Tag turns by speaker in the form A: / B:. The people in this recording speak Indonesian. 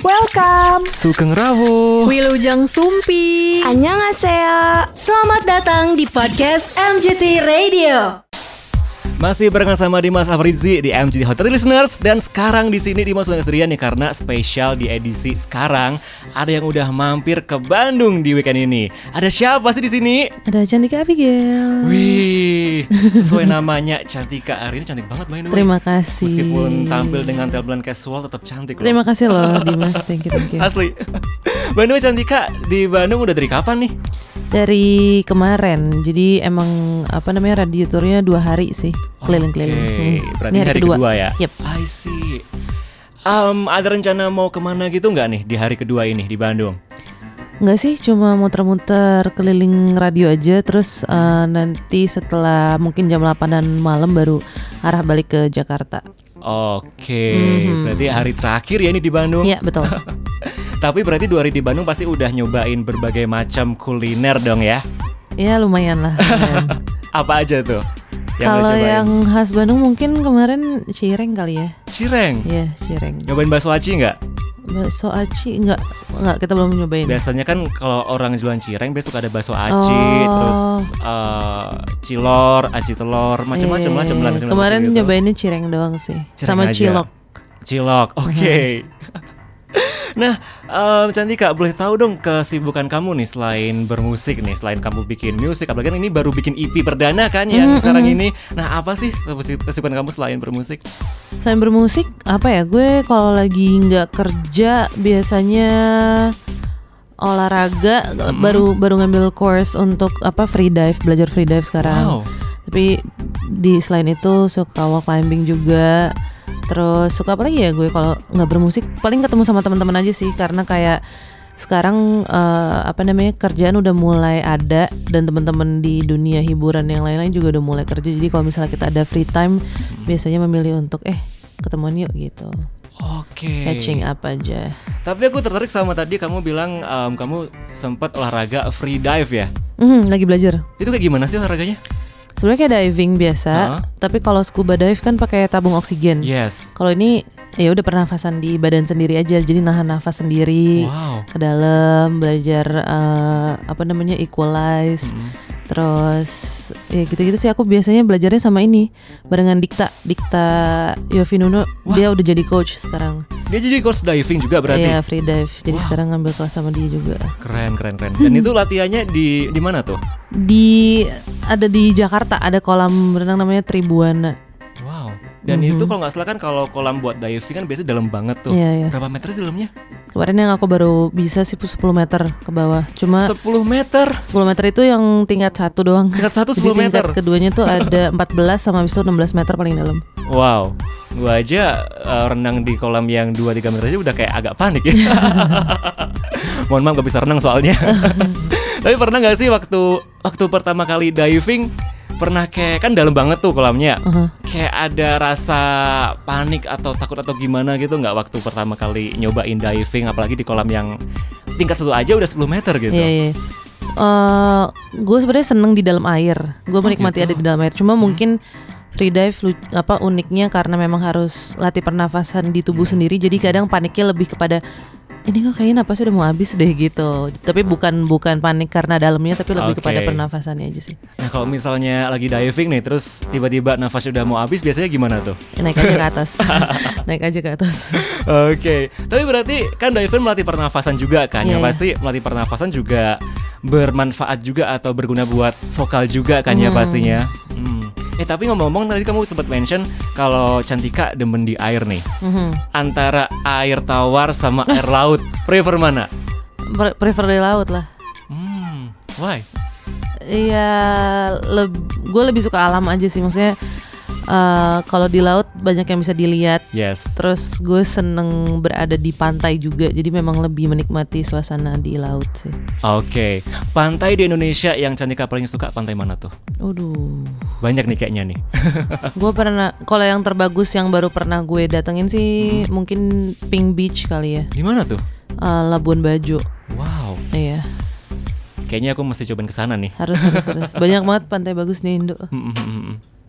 A: Welcome.
B: Sugeng
C: Oh.
B: Rawuh.
C: Wilujeng Sumpi.
A: Annyeonghaseyo.
C: Selamat datang di podcast MGT Radio.
B: Masih barengan sama Dimas Afrizi di MGT Hotel Listeners dan sekarang di sini Dimas nggak sendirian ya karena spesial di edisi sekarang ada yang udah mampir ke Bandung di weekend ini. Ada siapa sih di sini?
C: Ada Cantika Abigail.
B: Wih, sesuai namanya Cantika hari ini cantik banget by the way.
C: Terima kasih.
B: Meskipun tampil dengan tampilan casual tetap cantik loh.
C: Terima kasih loh Dimas, thank you, thank you.
B: Asli. Bandung Cantika di Bandung udah dari kapan nih?
C: Dari kemarin, jadi emang apa namanya radiatornya dua hari sih keliling-keliling.
B: Oke,
C: Hmm.
B: Berarti hari, kedua. ya.
C: Yep.
B: I see. Um, ada rencana mau kemana gitu nggak nih di hari kedua ini di Bandung?
C: Nggak sih, cuma muter-muter keliling radio aja. Terus eh, nanti setelah mungkin jam 8-an malam baru arah balik ke Jakarta.
B: Oke,
C: Hmm.
B: berarti hari terakhir ya ini di Bandung.
C: Iya betul.
B: Tapi berarti dua hari di Bandung pasti udah nyobain berbagai macam kuliner dong ya.
C: Iya lumayan lah. lumayan.
B: Apa aja tuh? Yang lo
C: Kalau
B: cobain?
C: yang khas Bandung mungkin kemarin cireng kali ya.
B: cireng.
C: Iya, cireng.
B: Nyobain bakso aci nggak?
C: Bakso aci enggak enggak kita belum nyobain.
B: Biasanya kan kalau orang jualan cireng besok ada bakso aci,
C: Oh.
B: terus eh, cilor, aci telur, macam-macam gitu.
C: Eh,
B: lah cemilan
C: Kemarin nyobainnya cireng doang sih.
B: Cireng aja.
C: Sama cilok. Mhm.
B: Cilok, oke. nah, em, Cantika boleh tahu dong kesibukan kamu nih selain bermusik nih, selain kamu bikin musik, apalagi kan ini baru bikin EP perdana kan yang
C: Mhm,
B: sekarang ini. Nah, apa sih kesibukan kamu selain bermusik?
C: Selain bermusik, apa ya? Gue kalau lagi nggak kerja biasanya olahraga
B: Hmm.
C: baru baru ngambil course untuk apa free dive, belajar free dive sekarang.
B: Wow.
C: Tapi di selain itu suka wall climbing juga. Terus suka apa lagi ya gue kalau nggak bermusik? Paling ketemu sama teman-teman aja sih karena kayak sekarang eh, apa namanya kerjaan udah mulai ada dan teman-teman di dunia hiburan yang lain-lain juga udah mulai kerja. Jadi kalau misalnya kita ada free time biasanya memilih untuk eh ketemuan yuk gitu.
B: Oke.
C: Catching up aja.
B: Tapi aku tertarik sama tadi kamu bilang em, kamu sempat olahraga free dive ya.
C: Hmm, lagi belajar.
B: Itu kayak gimana sih olahraganya?
C: Hmm. Sebenarnya kayak diving biasa,
B: Hah?
C: tapi kalau scuba dive kan pakai tabung oksigen.
B: Yes.
C: Kalau ini ya udah pernafasan di badan sendiri aja, jadi nahan nafas sendiri
B: Wow.
C: ke dalam, belajar eh, apa namanya equalize, terus ya gitu-gitu sih. Aku biasanya belajarnya sama ini barengan Dikta, Dikta Yovinuno, dia udah jadi coach sekarang.
B: Dia jadi course diving juga berarti.
C: Iya free dive, jadi sekarang ngambil kelas sama dia juga.
B: Keren, keren, keren. Dan itu latihannya di di mana tuh?
C: Di ada di Jakarta ada kolam renang namanya Tribuana.
B: Wow. Dan
C: Mhm.
B: itu kalau nggak salah kan kalau kolam buat diving kan biasanya dalam banget tuh.
C: Iya, iya.
B: Berapa meter sih dalamnya?
C: Kemarin yang aku baru bisa sih 10 meter ke bawah. Cuma
B: 10 meter.
C: 10 meter itu yang tingkat satu doang.
B: Tingkat satu
C: Jadi
B: 10 meter.
C: tingkat keduanya tuh ada 14 sama habis itu 16 meter paling dalam.
B: Gitu. Wow. Gua aja eh, renang di kolam yang 2 3 meter aja udah kayak agak panik ya. Mohon maaf gak bisa renang soalnya. Tapi pernah nggak sih waktu waktu pertama kali diving pernah kayak kan dalam banget tuh kolamnya.
C: Uh-huh.
B: Kayak ada rasa panik atau takut atau gimana gitu nggak waktu pertama kali nyobain diving apalagi di kolam yang tingkat satu aja udah 10 meter gitu.
C: Iya, iya. Eh, gue sebenarnya seneng di dalam air.
B: Oh,
C: Gue menikmati
B: gitu.
C: ada di dalam air. Cuma
B: Hmm.
C: mungkin free dive lu- apa uniknya karena memang harus latih pernafasan
B: Iya.
C: di tubuh sendiri. Jadi kadang paniknya lebih kepada ini kok kayaknya napas udah mau habis deh gitu. Tapi bukan bukan panik karena dalamnya tapi lebih
B: Nah. Oke.
C: kepada pernafasannya aja sih.
B: Nah kalau misalnya lagi diving nih terus tiba-tiba nafas udah mau habis biasanya gimana tuh?
C: Naik aja ke atas. Naik aja ke atas.
B: Oke, tapi berarti kan diving melatih pernafasan juga kan?
C: Iya,
B: yang
C: iya.
B: pasti melatih pernafasan juga bermanfaat juga atau berguna buat vokal juga kan ya pastinya. Hmm. Eh tapi ngomong-ngomong tadi kamu sempat mention kalau Cantika demen di air nih.
C: Mhm.
B: Antara air tawar sama air laut, prefer mana?
C: Pre- prefer di laut lah.
B: Hmm, why?
C: Iya, gue lebih suka alam aja sih. Maksudnya eh, kalau di laut banyak yang bisa dilihat.
B: Yes.
C: Terus gue seneng berada di pantai juga. Jadi memang lebih menikmati suasana di laut sih.
B: Oke, pantai di Indonesia yang Cantika paling suka pantai mana tuh?
C: Aduh,
B: Banyak nih kayaknya nih.
C: gue pernah. Kalau yang terbagus yang baru pernah gue datengin sih mungkin Pink Beach kali ya,
B: Di mana tuh?
C: Eh, Labuan Bajo.
B: Wow,
C: Iya,
B: kayaknya aku mesti cobain ke sana nih.
C: harus harus harus. Banyak banget pantai bagus di Indo.
B: Mm, mm, mm, mm.